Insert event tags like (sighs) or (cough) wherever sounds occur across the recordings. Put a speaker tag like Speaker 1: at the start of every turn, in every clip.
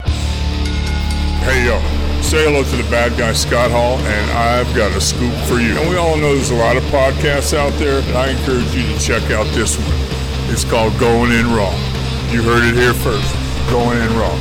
Speaker 1: Hey yo, say hello to the bad guy Scott Hall, and I've got a scoop for you. And we all know there's a lot of podcasts out there, and I encourage you to check out this one. It's called Going In Raw. You heard it here first. Going In Raw.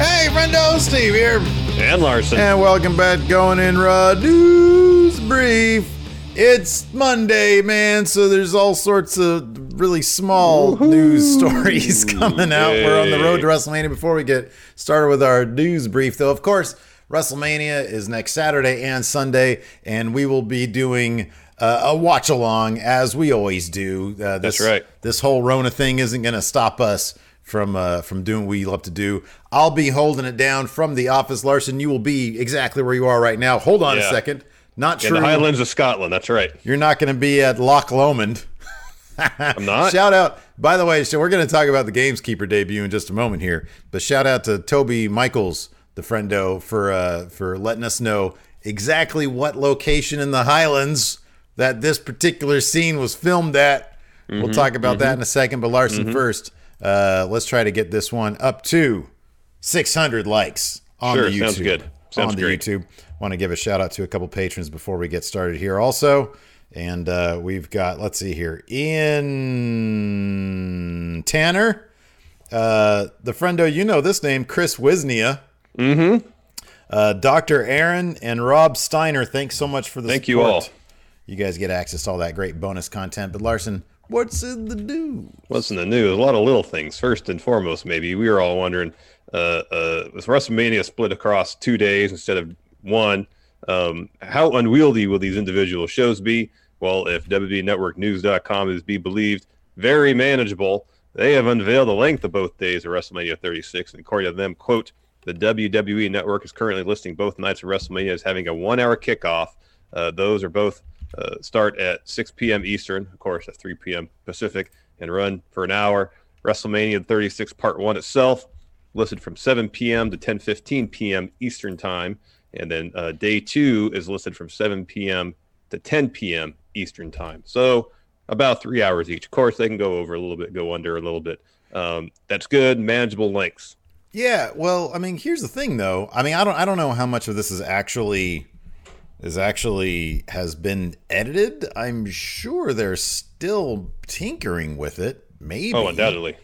Speaker 2: Hey, friendo, Steve here.
Speaker 3: And Larson.
Speaker 2: And welcome back, going in raw news brief. It's Monday, man, so there's all sorts of really small news stories (laughs) coming out. We're on the road to WrestleMania before we get started with our news brief, though. Of course, WrestleMania is next Saturday and Sunday, and we will be doing uh, a watch along as we always do. Uh, this,
Speaker 3: That's right.
Speaker 2: This whole Rona thing isn't going to stop us from uh, from doing what we love to do. I'll be holding it down from the office, Larson. You will be exactly where you are right now. Hold on a
Speaker 3: Yeah.
Speaker 2: second. Not
Speaker 3: In
Speaker 2: true.
Speaker 3: the Highlands of Scotland. That's right.
Speaker 2: You're not going to be at Loch Lomond.
Speaker 3: I'm not.
Speaker 2: Shout out, by the way, so we're going to talk about the Gameskeeper debut in just a moment here. But shout out to Toby Michaels, the friendo, for uh, for letting us know exactly what location in the Highlands that this particular scene was filmed at. we'll talk about that in a second. But Larson first, uh, let's try to get this one up to 600 likes on
Speaker 3: Sure,
Speaker 2: the YouTube.
Speaker 3: sounds good. Sounds
Speaker 2: on the
Speaker 3: great.
Speaker 2: YouTube. Want to give a shout out to a couple patrons before we get started here, also. And uh, we've got, let's see here, Ian Tanner, uh, the friendo, you know this name, Chris Wisnia. Mm-hmm. Uh, Dr. Aaron and Rob Steiner, thanks so much for the
Speaker 3: Thank you
Speaker 2: support.
Speaker 3: all.
Speaker 2: You guys get access to all that great bonus content. But Larson, what's in the news?
Speaker 3: What's in the news? A lot of little things. First and foremost, maybe we were all wondering, uh, uh, with WrestleMania split across two days instead of one, um, how unwieldy will these individual shows be? Well, if E WWNetworkNews.com is to be believed, very manageable. They have unveiled the length of both days of WrestleMania 36, and according to them, quote, the WWE Network is currently listing both nights of WrestleMania as having a one-hour kickoff. Uh, those are both uh, start at 6 p.m. Eastern, of course, at 3 p.m. Pacific, and run for an hour. WrestleMania 36 Part 1 itself listed from 7 p.m. to 10:15 p.m. Eastern Time, and then uh, Day 2 is listed from 7 p.m. to 10 p.m. Eastern Time. So about three hours each. Of course, they can go over a little bit, go under a little bit. Um, that's good, manageable lengths.
Speaker 2: Yeah, well, I mean, here's the thing, though. I mean, I don't, I don't know how much of this is actually is actually has been edited. I'm sure they're still tinkering with it. Maybe.
Speaker 3: Oh, undoubtedly.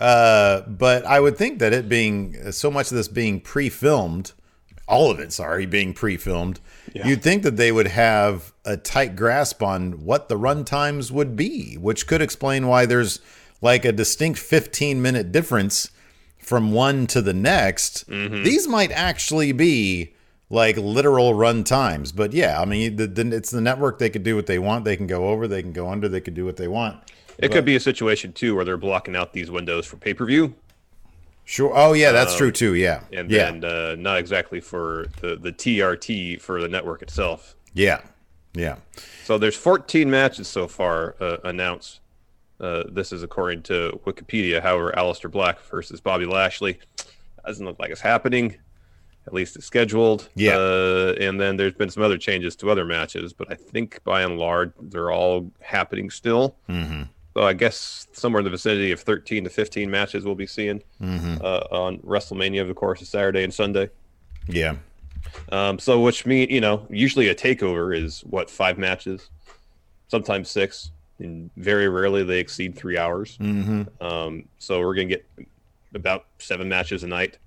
Speaker 2: Uh, but I would think that it being so much of this being pre-filmed, all of it, sorry, being pre-filmed, you'd think that they would have a tight grasp on what the run times would be, which could explain why there's like a distinct 15-minute difference from one to the next.
Speaker 3: Mm-hmm.
Speaker 2: These might actually be like literal run times, but yeah, I mean, the, the, it's the network. They could do what they want. They can go over. They can go under. They could do what they want.
Speaker 3: It could be a situation too where they're blocking out these windows for pay-per-view,
Speaker 2: Sure. Oh yeah, that's true too. Yeah.
Speaker 3: Uh, and
Speaker 2: yeah.
Speaker 3: then uh, not exactly for the, the TRT for the network itself.
Speaker 2: Yeah. Yeah.
Speaker 3: So there's 14 matches so far uh, announced. Uh, this is according to Wikipedia. However, Aleister Black versus Bobby Lashley doesn't look like it's happening. At least it's scheduled.
Speaker 2: Yeah.
Speaker 3: Uh, and then there's been some other changes to other matches, but I think by and large they're all happening still. Mm-hmm. So I guess somewhere in the vicinity of 13 to 15 matches we'll be seeing
Speaker 2: Mm-hmm.
Speaker 3: uh, on WrestleMania, of course, is Saturday and Sunday.
Speaker 2: Yeah.
Speaker 3: Um, so which mean you know usually a takeover is what five matches, sometimes six, and very rarely they exceed three hours.
Speaker 2: Mm-hmm.
Speaker 3: Um, so we're gonna get about seven matches a night.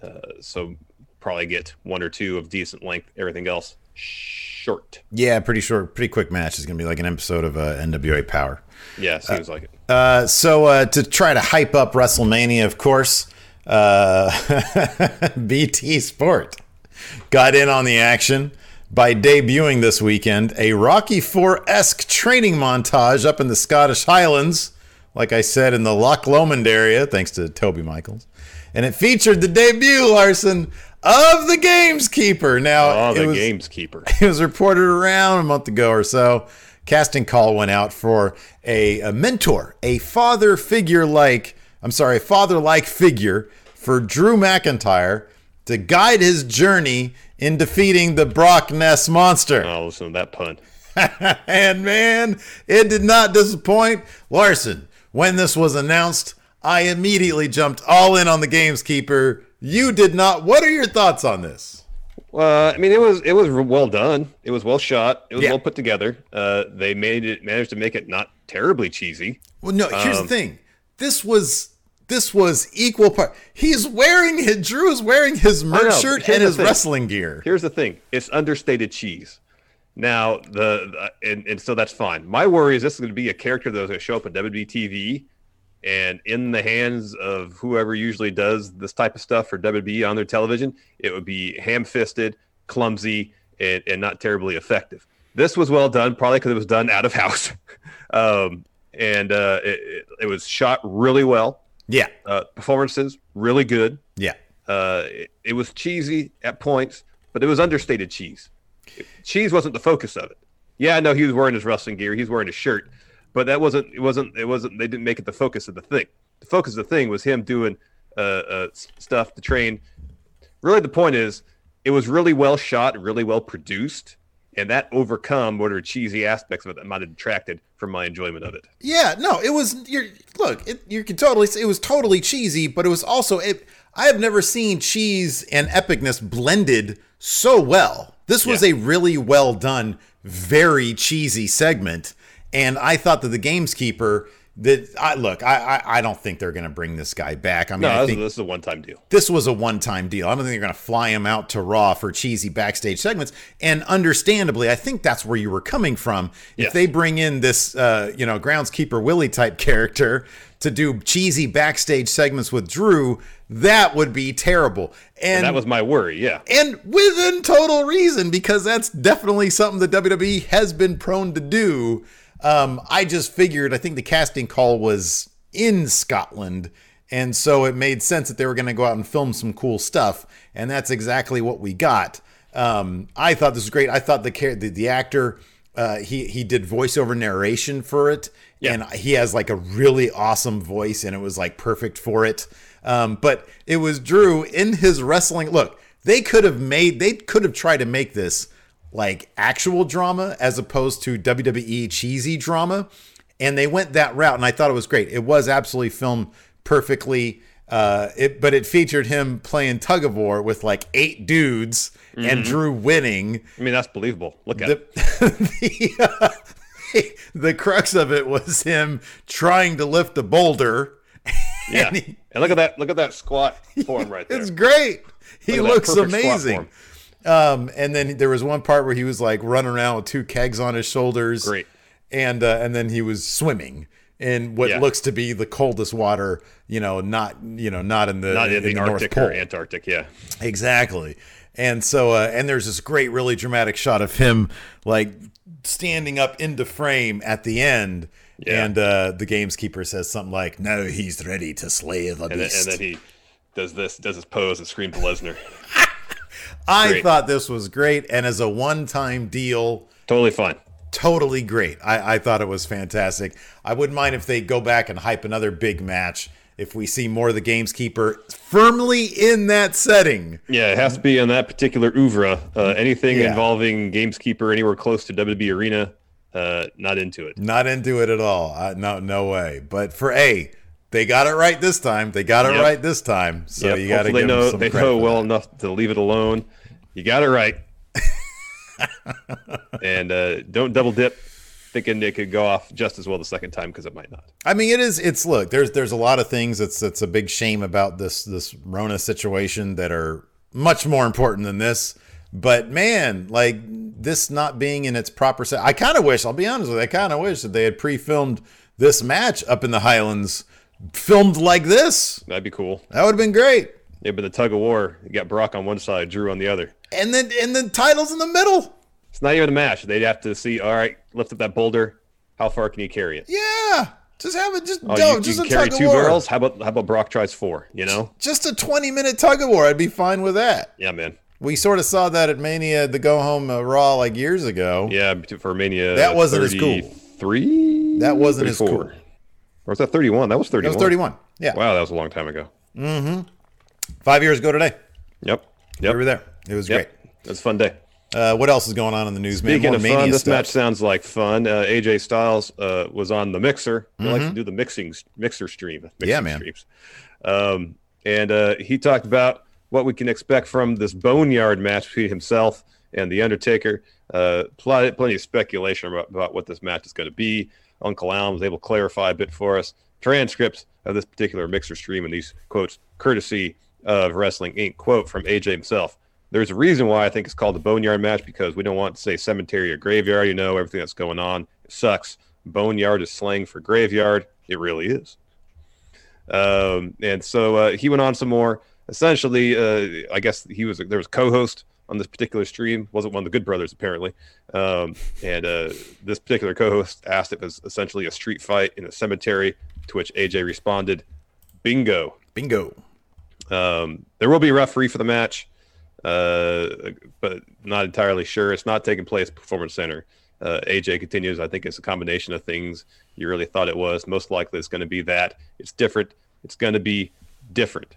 Speaker 3: Uh, so probably get one or two of decent length. Everything else short.
Speaker 2: Yeah. Pretty short, pretty quick match. It's going to be like an episode of uh, NWA Power.
Speaker 3: Yeah, seems like it.
Speaker 2: Uh, so uh, to try to hype up WrestleMania, of course, uh, (laughs) BT Sport got in on the action by debuting this weekend a Rocky Four esque training montage up in the Scottish Highlands like I said, in the Loch Lomond area, thanks to Toby Michaels. And it featured the debut, Larson, of the Gameskeeper. Now,
Speaker 3: Oh, the
Speaker 2: it was, (laughs)
Speaker 3: gameskeeper.
Speaker 2: it was reported around a month ago or so. Casting call went out for a, a mentor, a father figure like, I'm sorry, father like figure for Drew McIntyre to guide his journey in defeating the Brock Ness monster.
Speaker 3: Oh, listen to that pun.
Speaker 2: (laughs) and man, it did not disappoint. Larson, when this was announced, I immediately jumped all in on the Gameskeeper. You did not. What are your thoughts on this?
Speaker 3: Uh, I mean, it was it was well done. It was well shot. It was
Speaker 2: Yeah.
Speaker 3: well put together. Uh, they made it managed to make it not terribly cheesy.
Speaker 2: Well, no. Here's the
Speaker 3: Um,
Speaker 2: thing. This was this was equal part. He's wearing (laughs) his Drew is wearing his merch
Speaker 3: know,
Speaker 2: shirt
Speaker 3: here's
Speaker 2: and
Speaker 3: the
Speaker 2: his
Speaker 3: thing.
Speaker 2: wrestling gear.
Speaker 3: Here's the thing: it's understated cheese. Now the, the and, and so that's fine. My worry is this is going to be a character that's going to show up on WWE TV, and in the hands of whoever usually does this type of stuff for WWE on their television, it would be ham-fisted, clumsy, and, and not terribly effective. This was well done, probably because it was done out of house, (laughs) um, and uh, it, it, it was shot really well.
Speaker 2: Yeah.
Speaker 3: Uh, performances really good
Speaker 2: Yeah.
Speaker 3: uh, it, it was cheesy at points, but it was understated cheese. Cheese wasn't the focus of it. Yeah, I know he was wearing his wrestling gear, he's wearing his shirt, but that wasn't it wasn't it wasn't they didn't make it the focus of the thing. The focus of the thing was him doing uh, uh, s- stuff to train. Really, the point is, it was really well shot, really well produced, and that overcome whatever cheesy aspects of it that might have detracted from my enjoyment of it.
Speaker 2: Yeah, no, it was. You're, look, it, you can totally. It was totally cheesy, but it was also. It, I have never seen cheese and epicness blended so well. This was a really well done, very cheesy segment, and I thought that the gameskeeper. That I look, I I, I don't think they're going to bring this guy back. I mean,
Speaker 3: No,
Speaker 2: I
Speaker 3: this,
Speaker 2: think
Speaker 3: this is a one-time deal.
Speaker 2: this was a one-time deal. I don't think they're going to fly him out to Raw for cheesy backstage segments. And understandably, I think that's where you were coming from. If
Speaker 3: Yes.
Speaker 2: they bring in this, uh, you know, groundskeeper Willie type character to do cheesy backstage segments with Drew, that would be terrible. And
Speaker 3: That was my worry. Yeah.
Speaker 2: and within total reason because that's definitely something that WWE has been prone to do. Um, I just figured I think the casting call was in Scotland, and so it made sense that they were going to go out and film some cool stuff, and that's exactly what we got. Um, I thought this was great. I thought the char- the, the actor uh, he he did voiceover narration for it, and he has like a really awesome voice, and it was like perfect for it. Um, but it was Drew in his wrestling look they could have made they could have tried to make this like actual drama as opposed to WWE cheesy drama and they went that route and I thought it was great it was absolutely filmed perfectly uh it but it featured him playing tug of war with like eight dudes and Drew winning
Speaker 3: I mean, that's believable. Look at it.
Speaker 2: the the, uh, the crux of it was him trying to lift the boulder
Speaker 3: Yeah.
Speaker 2: and
Speaker 3: And,
Speaker 2: he-
Speaker 3: look at that look at
Speaker 2: (laughs)
Speaker 3: that squat form right there.
Speaker 2: It's great. He
Speaker 3: Look
Speaker 2: looks
Speaker 3: at that perfect squat
Speaker 2: amazing.
Speaker 3: form.
Speaker 2: Um, and then there was one part where he was like running around with two kegs on his shoulders.
Speaker 3: Great.
Speaker 2: And uh, and then he was swimming in what
Speaker 3: Yeah.
Speaker 2: looks to be the coldest water. You know, not you know not in the
Speaker 3: Not in,
Speaker 2: in
Speaker 3: the,
Speaker 2: the
Speaker 3: Arctic
Speaker 2: North
Speaker 3: or
Speaker 2: Pole.
Speaker 3: Antarctic, yeah.
Speaker 2: Exactly. And so, uh, and there's this great, really dramatic shot of him like standing up into frame at the end.
Speaker 3: Yeah.
Speaker 2: And uh, the gameskeeper says something like, "Now he's ready to slay the
Speaker 3: And then, and
Speaker 2: beast."
Speaker 3: then he does this, does his pose and screams Lesnar.
Speaker 2: I
Speaker 3: Great.
Speaker 2: thought this was great, and as a one-time deal,
Speaker 3: totally fine.
Speaker 2: totally great. I, I thought it was fantastic. I wouldn't mind if they go back and hype another big match if we see more of the Gameskeeper firmly in that setting.
Speaker 3: Yeah, it has to be on that particular oeuvre. Uh, anything
Speaker 2: Yeah.
Speaker 3: involving Gameskeeper anywhere close to WB Arena, uh, not into it.
Speaker 2: Not into it at all. I, no, no way. But for A, they got it right this time. They got it
Speaker 3: Yep.
Speaker 2: right this time. So
Speaker 3: Yep,
Speaker 2: you got to
Speaker 3: hopefully
Speaker 2: give
Speaker 3: they know
Speaker 2: them some
Speaker 3: they
Speaker 2: credit.
Speaker 3: know
Speaker 2: for
Speaker 3: well enough to leave it alone. You got it
Speaker 2: (laughs)
Speaker 3: right. and uh, don't double dip thinking it could go off just as well the second time because it might not.
Speaker 2: I mean, it is. It's look. There's there's a lot of things that's that's a big shame about this this Rona situation that are much more important than this. But man, like this not being in its proper set. I kind of wish. I'll be honest with you. I kind of wish that they had pre-filmed this match up in the Highlands, filmed like this.
Speaker 3: That'd be cool.
Speaker 2: That would have been great.
Speaker 3: Yeah, but the tug of war, you got Brock on one side, Drew on the other.
Speaker 2: And then and then titles in the middle.
Speaker 3: It's not even a match. They'd have to see, all right, lift up that boulder. How far can you carry it?
Speaker 2: Yeah. Just have it. Just
Speaker 3: Oh,
Speaker 2: no,
Speaker 3: you,
Speaker 2: just
Speaker 3: you
Speaker 2: a
Speaker 3: can carry
Speaker 2: tug of
Speaker 3: two
Speaker 2: war.
Speaker 3: barrels. How about how about Brock tries four? You know?
Speaker 2: Just a twenty-minute tug of war. I'd be fine with that.
Speaker 3: Yeah, man.
Speaker 2: We sort of saw that at Mania, the go home uh, Raw, like years ago.
Speaker 3: Yeah, but for Mania.
Speaker 2: That wasn't as cool.
Speaker 3: Three.
Speaker 2: That wasn't as cool.
Speaker 3: Or was that thirty-one? That was
Speaker 2: That
Speaker 3: thirty-one.
Speaker 2: was thirty-one. Yeah,
Speaker 3: Wow, that was a long time ago.
Speaker 2: five years ago today.
Speaker 3: Yep.
Speaker 2: We
Speaker 3: Yep.
Speaker 2: were there. It was
Speaker 3: Yep. That's a fun day.
Speaker 2: great. Uh, what else is going on in the news, man?
Speaker 3: Speaking
Speaker 2: More
Speaker 3: of
Speaker 2: Mania
Speaker 3: fun, this
Speaker 2: stuff.
Speaker 3: match sounds like fun. Uh, AJ Styles uh, was on the mixer. He likes to do the mixing mixer stream. mixing
Speaker 2: Mm-hmm. Yeah, man.
Speaker 3: Streams. Um, and uh, he talked about what we can expect from this boneyard match between himself and the Undertaker. Uh, pl- plenty of speculation about, about what this match is going to be. Uncle Alan was able to clarify a bit for us. Transcripts of this particular mixer stream and these quotes, courtesy of Wrestling Inc. Quote from AJ himself. There's a reason why I think it's called the boneyard match because we don't want to say cemetery or graveyard. You know everything that's going on it sucks. Boneyard is slang for graveyard. It really is. Um, and so uh, he went on some more. Essentially, uh, I guess he was there was a co-host on this particular stream. wasn't one of the Good Brothers apparently. Um, and uh, this particular co-host asked if it was essentially a street fight in a cemetery. To which AJ responded, "Bingo."
Speaker 2: Bingo.
Speaker 3: Um, there will be a referee for the match, uh, but not entirely sure. It's not taking place at Performance Center. Uh, AJ continues. I think it's a combination of things you really thought it was. Most likely, it's going to be that. It's different. It's going to be different.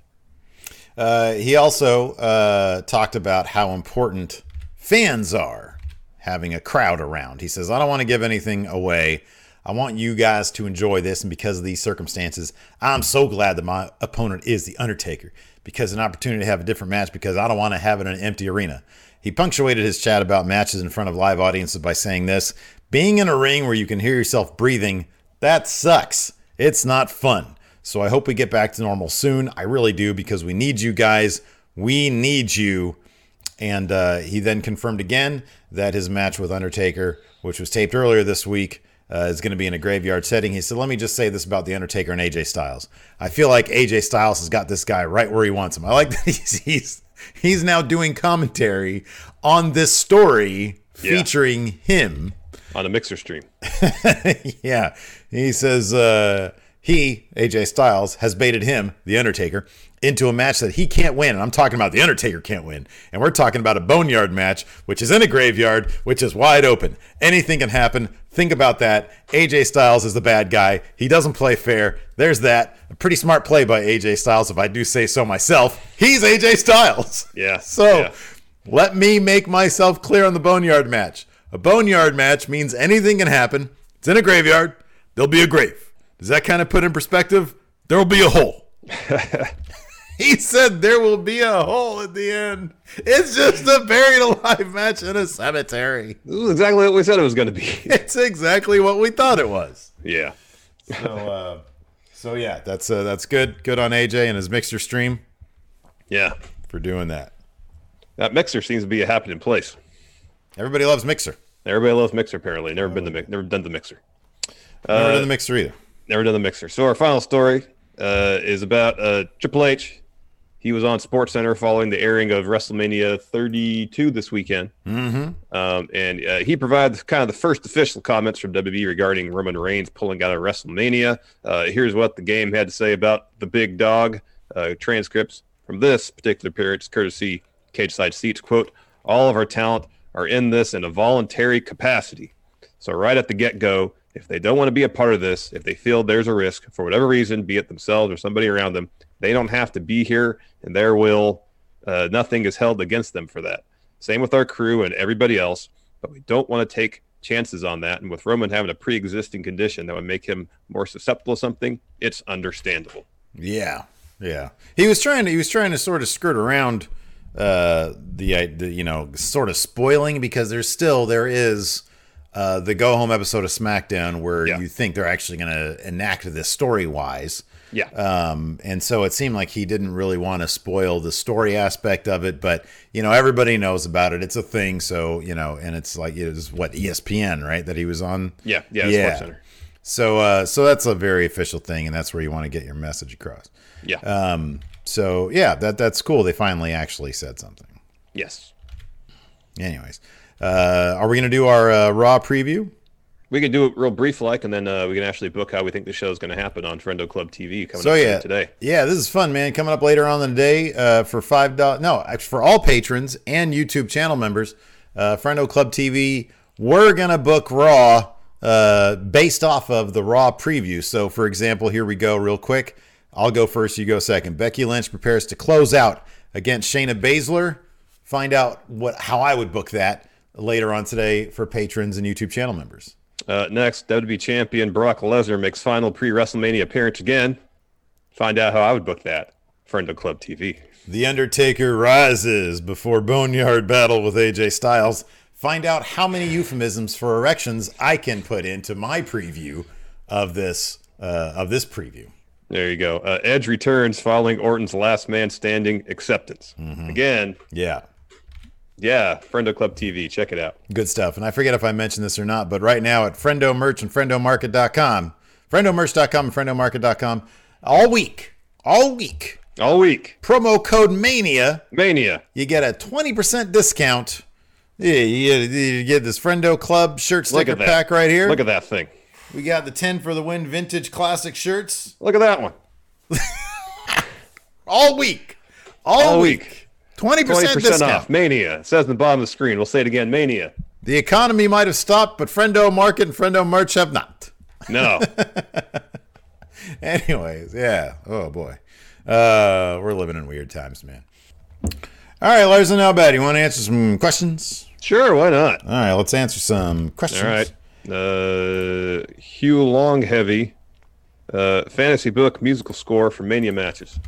Speaker 2: Uh, he also uh, talked about how important fans are having a crowd around. He says, I don't want to give anything away. I want you guys to enjoy this. And because of these circumstances, I'm so glad that my opponent is The Undertaker because an opportunity to have a different match because I don't want to have it in an empty arena. He punctuated his chat about matches in front of live audiences by saying this being in a ring where you can hear yourself breathing, that sucks. It's not fun. So I hope we get back to normal soon. I really do because we need you guys. We need you. And uh, he then confirmed again that his match with Undertaker, which was taped earlier this week, uh, is going to be in a graveyard setting. He said, Let me just say this about The Undertaker and AJ Styles. I feel like AJ Styles has got this guy right where he wants him. I like (laughs) that he's, he's, he's now doing commentary on this story
Speaker 3: Yeah.
Speaker 2: featuring him
Speaker 3: On a mixer stream,
Speaker 2: (laughs) yeah. He says uh, he, AJ Styles, has baited him, The Undertaker, into a match that he can't win. And I'm talking about The Undertaker can't win. And we're talking about a boneyard match, which is in a graveyard, which is wide open. Anything can happen. Think about that. AJ Styles is the bad guy. He doesn't play fair. There's that. A pretty smart play by AJ Styles, if I do say so myself. He's AJ Styles.
Speaker 3: Yeah,
Speaker 2: (laughs) So.
Speaker 3: yeah.
Speaker 2: Let me make myself clear on the boneyard match. A boneyard match means anything can happen. It's in a graveyard. There'll be a grave. Does that kind of put in perspective? There will be a (laughs) hole. he said there will be a hole at the end. It's just a buried alive match in a (laughs) cemetery.
Speaker 3: (laughs) this is exactly what we said it was going to be.
Speaker 2: It's exactly what we thought it was.
Speaker 3: (laughs) yeah,
Speaker 2: So, uh, so yeah, that's uh, that's good. Good on AJ and his mixer stream
Speaker 3: yeah.
Speaker 2: for doing that.
Speaker 3: That mixer seems to be a happening place.
Speaker 2: Everybody loves mixer.
Speaker 3: Everybody loves mixer. Apparently, never been the mi- never done the mixer.
Speaker 2: Never done the mixer either.
Speaker 3: never done the mixer. So our final story uh, is about uh, Triple H. He was on Sports Center following the airing of WrestleMania 32 this weekend, mm-hmm. um, and uh, he provides kind of the first official comments from WWE regarding Roman Reigns pulling out of WrestleMania. Uh, here's what the game had to say about the big dog. Uh, transcripts from this particular appearance, courtesy Cage Side Seats. Quote: All of our talent are in this in a voluntary capacity. So right at the get-go, if they don't want to be a part of this, if they feel there's a risk for whatever reason, be it themselves or somebody around them, they don't have to be here, and their will, uh, nothing is held against them for that. Same with our crew and everybody else, but we don't want to take chances on that. And with Roman having a pre-existing condition that would make him more susceptible to something, it's understandable.
Speaker 2: Yeah, yeah. He was trying to he was trying to sort of skirt around uh, the, I the you know sort of spoiling because there's still there is uh, the go home episode of SmackDown where
Speaker 3: Yeah.
Speaker 2: you think they're actually going to enact this story wise.
Speaker 3: Yeah.
Speaker 2: Um, and so it seemed like he didn't really want to spoil the story aspect of it, but you know everybody knows about it. It's a thing, so you know, and it's like it was what E ESPN, right? That he was on.
Speaker 3: yeah. Yeah.
Speaker 2: yeah.
Speaker 3: Sports Center.
Speaker 2: So, uh, so that's a very official thing, and that's where you want to get your message across.
Speaker 3: Yeah.
Speaker 2: Um, so yeah, that that's cool. They finally actually said something.
Speaker 3: yes.
Speaker 2: Anyways, uh, are we gonna do our uh, raw preview?
Speaker 3: we can do it real brief like, and then uh, we can actually book how we think the show is going to happen on Friendo Club TV coming
Speaker 2: So
Speaker 3: up
Speaker 2: yeah,
Speaker 3: today.
Speaker 2: Yeah, this is fun, man. Coming up later on in the day uh, for five dollars. No, actually for all patrons and YouTube channel members, uh, Friendo Club TV. We're gonna book Raw uh, based off of the Raw preview. So, for example, here we go, real quick. I'll go first. You go second. Becky Lynch prepares to close out against Shayna Baszler. Find out what how I would book that later on today for patrons and YouTube channel members.
Speaker 3: Uh, next, WWE champion Brock Lesnar makes final pre WrestleMania appearance again. Find out how I would book that. Friendo Club TV.
Speaker 2: The Undertaker rises before Boneyard battle with AJ Styles. Find out how many euphemisms for erections I can put into my preview of this uh, of this preview.
Speaker 3: There you go. Uh, Edge returns following Orton's last man standing acceptance.
Speaker 2: Mm-hmm.
Speaker 3: Again,
Speaker 2: Yeah,
Speaker 3: yeah, Friendo Club TV. Check it out.
Speaker 2: good stuff. And I forget if I mentioned this or not, but right now at Friendo Merch and FriendoMarket.com, FriendoMerch.com and FriendoMarket.com, all week, all week,
Speaker 3: All week.
Speaker 2: promo code Mania
Speaker 3: Mania.
Speaker 2: you get a 20% discount. Yeah, you get, you get this Friendo Club shirt
Speaker 3: Look
Speaker 2: sticker
Speaker 3: at that.
Speaker 2: pack right here.
Speaker 3: Look at that thing.
Speaker 2: We got the 10 for the win vintage classic shirts
Speaker 3: Look at that one.
Speaker 2: all week. All,
Speaker 3: All
Speaker 2: week.
Speaker 3: week.
Speaker 2: 20%
Speaker 3: 20%
Speaker 2: discount.
Speaker 3: off. Mania. It says in the bottom of the screen. We'll say it again. Mania.
Speaker 2: The economy might have stopped, but Friendo Market and Friendo Merch have not. (laughs)
Speaker 3: No.
Speaker 2: Anyways, yeah. Oh, boy. Uh, we're living in weird times, man. All right, Larson, how bad? You want to answer some questions?
Speaker 3: sure, why not?
Speaker 2: All right, let's answer some questions.
Speaker 3: All right. Uh, Hugh Longheavy, uh, fantasy book musical score for Mania matches.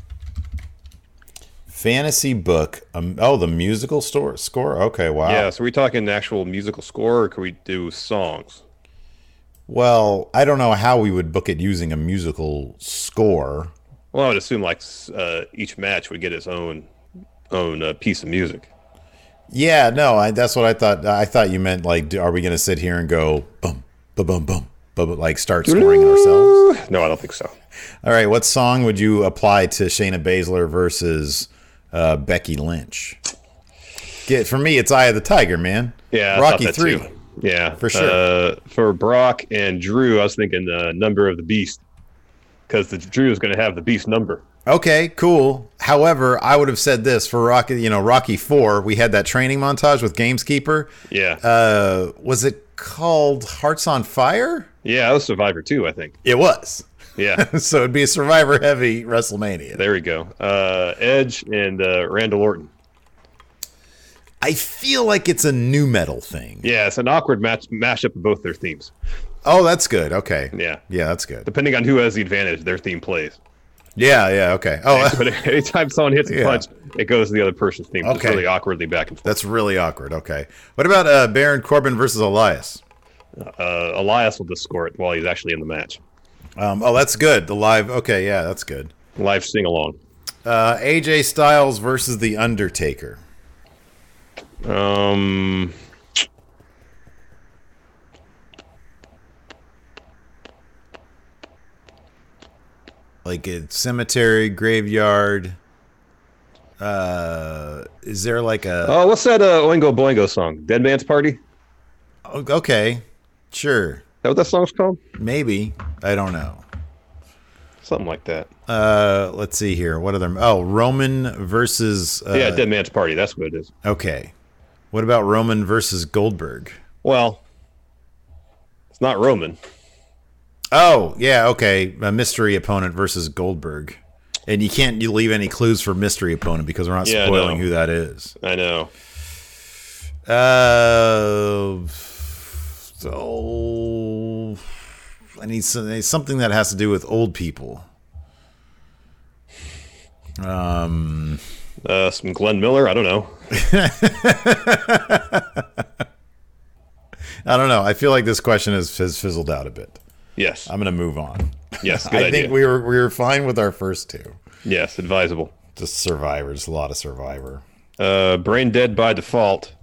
Speaker 2: Fantasy book. Um, oh, the musical store score. Okay, wow.
Speaker 3: Yeah, so are we talking actual musical score, or can we do songs?
Speaker 2: Well, I don't know how we would book it using a musical score.
Speaker 3: Well, I would assume like s- uh, each match would get its own own uh, piece of music.
Speaker 2: Yeah, no, I, that's what I thought. I thought you meant like, do, are we going to sit here and go bum, bum, bum, bum, bum, like start scoring ourselves?
Speaker 3: No, I don't think so.
Speaker 2: All right, what song would you apply to Shayna Baszler versus uh, Becky Lynch? Get for me, it's Eye of the Tiger, man.
Speaker 3: Yeah, I thought
Speaker 2: Rocky
Speaker 3: that
Speaker 2: Three.
Speaker 3: too. Yeah,
Speaker 2: For sure.
Speaker 3: Uh, for Brock and Drew, I was thinking uh, number of the beast because the Drew is going to have the beast number.
Speaker 2: Okay, cool. However, I would have said this for Rocky. You know, Rocky Four. We had that training montage with Gameskeeper.
Speaker 3: Yeah,
Speaker 2: Uh, was it called Hearts on Fire?
Speaker 3: yeah, that was Survivor too. I think.
Speaker 2: It was.
Speaker 3: Yeah.
Speaker 2: (laughs) So it'd be a Survivor heavy WrestleMania.
Speaker 3: There we go. Uh, Edge and uh, Randall Orton.
Speaker 2: I feel like it's a new metal thing.
Speaker 3: Yeah, it's an awkward match mashup of both their themes.
Speaker 2: Oh, that's good. Okay.
Speaker 3: Yeah.
Speaker 2: Yeah, that's good.
Speaker 3: Depending on who has the advantage, their theme plays. (laughs)
Speaker 2: Yeah, yeah, okay. Oh,
Speaker 3: But anytime someone hits a
Speaker 2: Yeah.
Speaker 3: punch, it goes to the other person's theme. It's
Speaker 2: Okay.
Speaker 3: really awkwardly back and
Speaker 2: (laughs)
Speaker 3: forth.
Speaker 2: that's really awkward. Okay. What about uh, Baron Corbin versus Elias?
Speaker 3: Uh, Elias will just score it while he's actually in the match.
Speaker 2: Um, oh, that's good. The live. Okay, yeah, that's good.
Speaker 3: Live sing along.
Speaker 2: Uh, AJ Styles versus The Undertaker.
Speaker 3: Um,
Speaker 2: Like a cemetery, graveyard. Uh, is there like a.
Speaker 3: oh, what's that uh, Oingo Boingo song? Dead Man's Party? Is Oh.
Speaker 2: Okay, sure.
Speaker 3: that what that song's called?
Speaker 2: Maybe. I don't know.
Speaker 3: Something like that.
Speaker 2: Uh, let's see here. What other? Oh, Roman versus. Uh,
Speaker 3: yeah, Dead Man's Party. That's what it is.
Speaker 2: Okay. What about Roman versus Goldberg?
Speaker 3: Well, it's not Roman.
Speaker 2: Oh, yeah. Okay. A mystery opponent versus Goldberg. And you can't you leave any clues for mystery opponent because we're not
Speaker 3: Yeah, I
Speaker 2: spoiling
Speaker 3: know.
Speaker 2: who that is.
Speaker 3: I know.
Speaker 2: Uh, so I need, some, I need something that has to do with old people.
Speaker 3: Uh, some Glenn Miller. I don't know.
Speaker 2: I don't know. I feel like this question has, has fizzled out a bit.
Speaker 3: Yes.
Speaker 2: I'm gonna move on.
Speaker 3: (laughs) yes. Good
Speaker 2: I
Speaker 3: idea.
Speaker 2: think we were we were fine with our first two.
Speaker 3: Yes, advisable.
Speaker 2: Just Survivor. Just a lot of Survivor.
Speaker 3: Uh, brain dead by default.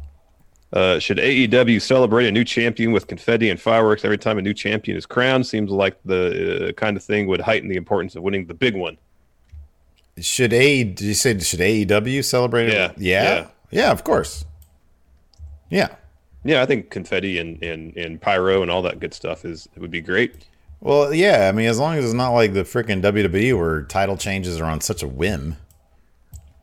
Speaker 3: Uh, should AEW celebrate a new champion with confetti and fireworks every time a new champion is crowned? Seems like the uh, kind of thing would heighten the importance of winning the big one.
Speaker 2: Should A? Did you say should AEW celebrate? it?
Speaker 3: Yeah.
Speaker 2: yeah,
Speaker 3: Yeah.
Speaker 2: yeah, Of course. Yeah,
Speaker 3: yeah, I think confetti and, and, and pyro and all that good stuff is would be great.
Speaker 2: Well, yeah. I mean, as long as it's not like the freaking WWE E where title changes are on such a whim.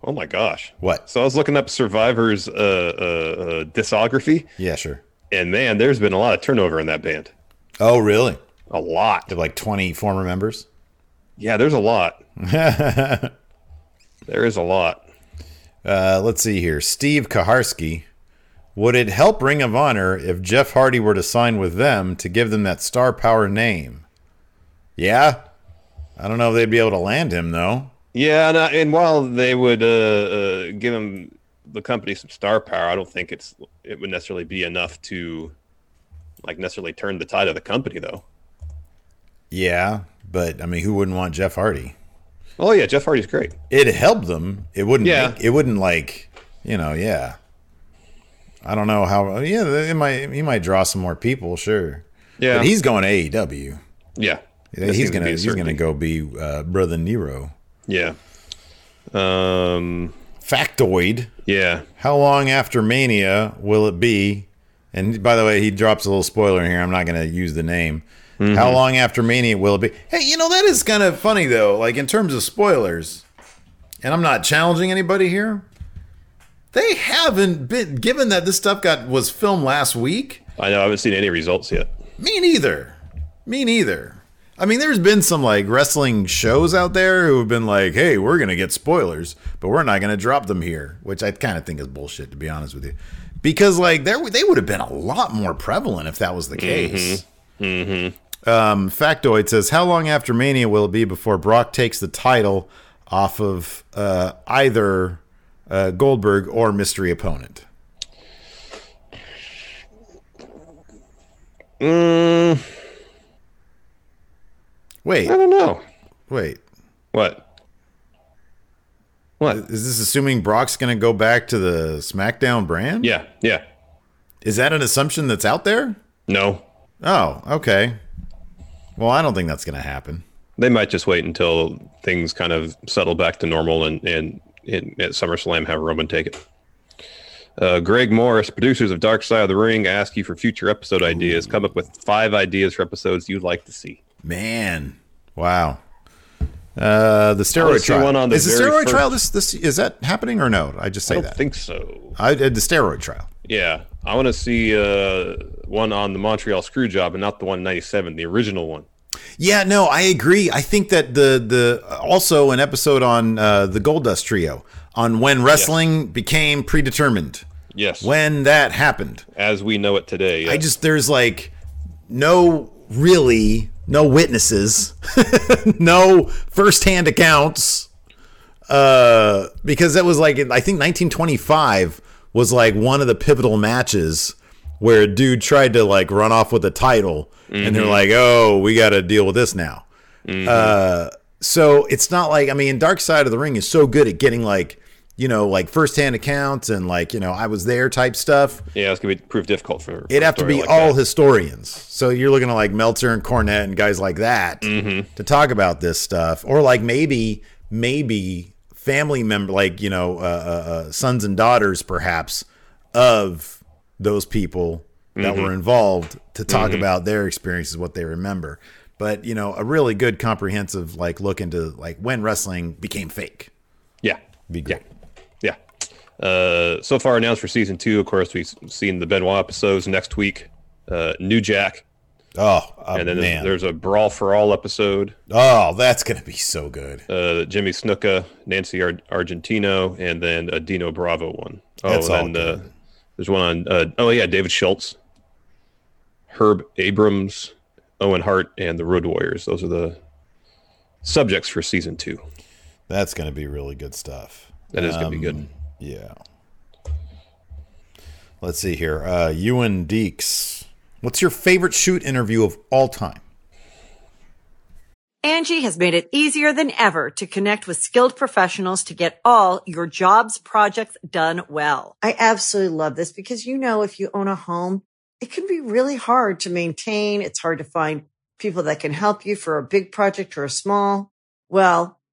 Speaker 3: Oh my gosh.
Speaker 2: What?
Speaker 3: So I was looking up Survivor's uh, uh, uh, discography,
Speaker 2: Yeah, sure.
Speaker 3: and man, there's been a lot of turnover in that band.
Speaker 2: Oh, really?
Speaker 3: A lot.
Speaker 2: They're like 20 former members.
Speaker 3: Yeah, there's
Speaker 2: (laughs)
Speaker 3: a lot. there is a lot.
Speaker 2: Uh, let's see here. Steve Kaharski. Would it help Ring of Honor if Jeff Hardy were to sign with them to give them that star power name? Yeah. I don't know if they'd be able to land him, though.
Speaker 3: Yeah, and, I, and while they would uh, uh, give him the company some star power, I don't think it's it would necessarily be enough to like necessarily turn the tide of the company, though.
Speaker 2: Yeah. But I mean, who wouldn't want Jeff Hardy?
Speaker 3: Oh yeah, Jeff Hardy's great.
Speaker 2: It helped them. It wouldn't.
Speaker 3: Yeah.
Speaker 2: Make, it wouldn't like you know. Yeah. I don't know how. Yeah, it might. He might draw some more people. Sure.
Speaker 3: Yeah.
Speaker 2: But he's going to AEW.
Speaker 3: Yeah, That
Speaker 2: he's
Speaker 3: seems to
Speaker 2: gonna.
Speaker 3: be a
Speaker 2: He's gonna
Speaker 3: certainty.
Speaker 2: go be uh, brother Nero.
Speaker 3: Yeah. Um.
Speaker 2: Factoid.
Speaker 3: Yeah.
Speaker 2: How long after Mania will it be? And by the way, he drops a little spoiler in here. I'm not going to use the name. How long after Mania will it be? Hey, you know, that is kind of funny, though. Like, in terms of spoilers, and I'm not challenging anybody here, they haven't been, given that this stuff got was filmed last week,
Speaker 3: I know. I haven't seen any results yet.
Speaker 2: me neither. Me neither. I mean, there's been some like wrestling shows out there who have been like, hey, we're going to get spoilers, but we're not going to drop them here, which I kind of think is bullshit, to be honest with you. Because like there, they would have been a lot more prevalent if that was the case. Um, Factoid says, how long after Mania will it be before Brock takes the title off of uh, either uh, Goldberg or mystery opponent?
Speaker 3: Mm,
Speaker 2: Wait,
Speaker 3: I don't know.
Speaker 2: wait.
Speaker 3: What? What?
Speaker 2: Is this assuming Brock's going to go back to the SmackDown brand?
Speaker 3: Yeah. Yeah.
Speaker 2: Is that an assumption that's out there?
Speaker 3: No.
Speaker 2: Oh, okay. Well, I don't think that's going to happen.
Speaker 3: They might just wait until things kind of settle back to normal and and, and at SummerSlam have Roman take it. Uh, Greg Morris, producers of Dark Side of the Ring, I ask you for future episode ideas. Come up with five ideas for episodes you'd like to see.
Speaker 2: Man, wow. Uh, the steroid
Speaker 3: see
Speaker 2: trial.
Speaker 3: one on the
Speaker 2: is the
Speaker 3: very
Speaker 2: steroid
Speaker 3: first-
Speaker 2: trial this this is that happening or no? I just say
Speaker 3: I don't
Speaker 2: that.
Speaker 3: think so.
Speaker 2: I did the steroid trial.
Speaker 3: Yeah, I want to see uh, one on the Montreal screw job and not the one in '97, the original one.
Speaker 2: Yeah, no, I agree. I think that the the also an episode on uh, the Goldust trio on when wrestling became predetermined.
Speaker 3: Yes,
Speaker 2: When that happened.
Speaker 3: as we know it today.
Speaker 2: I
Speaker 3: yeah.
Speaker 2: just there's like no really no witnesses, (laughs) no firsthand accounts, uh, because that was like in- I think 1925 was like one of the pivotal matches where a dude tried to like run off with the title, and
Speaker 3: Mm-hmm.
Speaker 2: they're like, oh, we got to deal with this now. Uh, So it's not like I mean, Dark Side of the Ring is so good at getting like you know like firsthand accounts and like you know I was there type stuff.
Speaker 3: yeah, it's gonna be prove difficult for. for
Speaker 2: It'd
Speaker 3: a
Speaker 2: have to
Speaker 3: story
Speaker 2: be
Speaker 3: like
Speaker 2: all
Speaker 3: that.
Speaker 2: historians. So you're looking at like Meltzer and Cornett and guys like that
Speaker 3: Mm-hmm.
Speaker 2: to talk about this stuff, or like maybe maybe family member, like you know, uh, uh, uh, sons and daughters, perhaps of those people that
Speaker 3: Mm-hmm.
Speaker 2: were involved to talk about their experiences, what they remember. But you know, a really good comprehensive like look into like when wrestling became fake.
Speaker 3: Yeah,
Speaker 2: Be great.
Speaker 3: yeah. Uh, so far announced for season two. Of course, we've seen the Benoit episodes next week. Uh, New Jack,
Speaker 2: Oh, uh,
Speaker 3: and then
Speaker 2: man.
Speaker 3: there's, there's a Brawl for All episode.
Speaker 2: oh, that's gonna be so good.
Speaker 3: Uh, Jimmy Snuka, Nancy Ar- Argentino, and then a Dino Bravo one. Oh,
Speaker 2: That's all
Speaker 3: and then uh, there's one on. Uh, oh yeah, David Schultz, Herb Abrams, Owen Hart, and the Road Warriors. Those are the subjects for season two.
Speaker 2: That's gonna be really good stuff.
Speaker 3: That is gonna be good.
Speaker 2: Um, Yeah. Let's see here. Uh, Ewan Deeks. What's your favorite shoot interview of all time?
Speaker 4: Angie has made it easier than ever to connect with skilled professionals to get all your jobs projects done well.
Speaker 5: I absolutely love this because, you know, if you own a home, it can be really hard to maintain. It's hard to find people that can help you for a big project or a small. Well,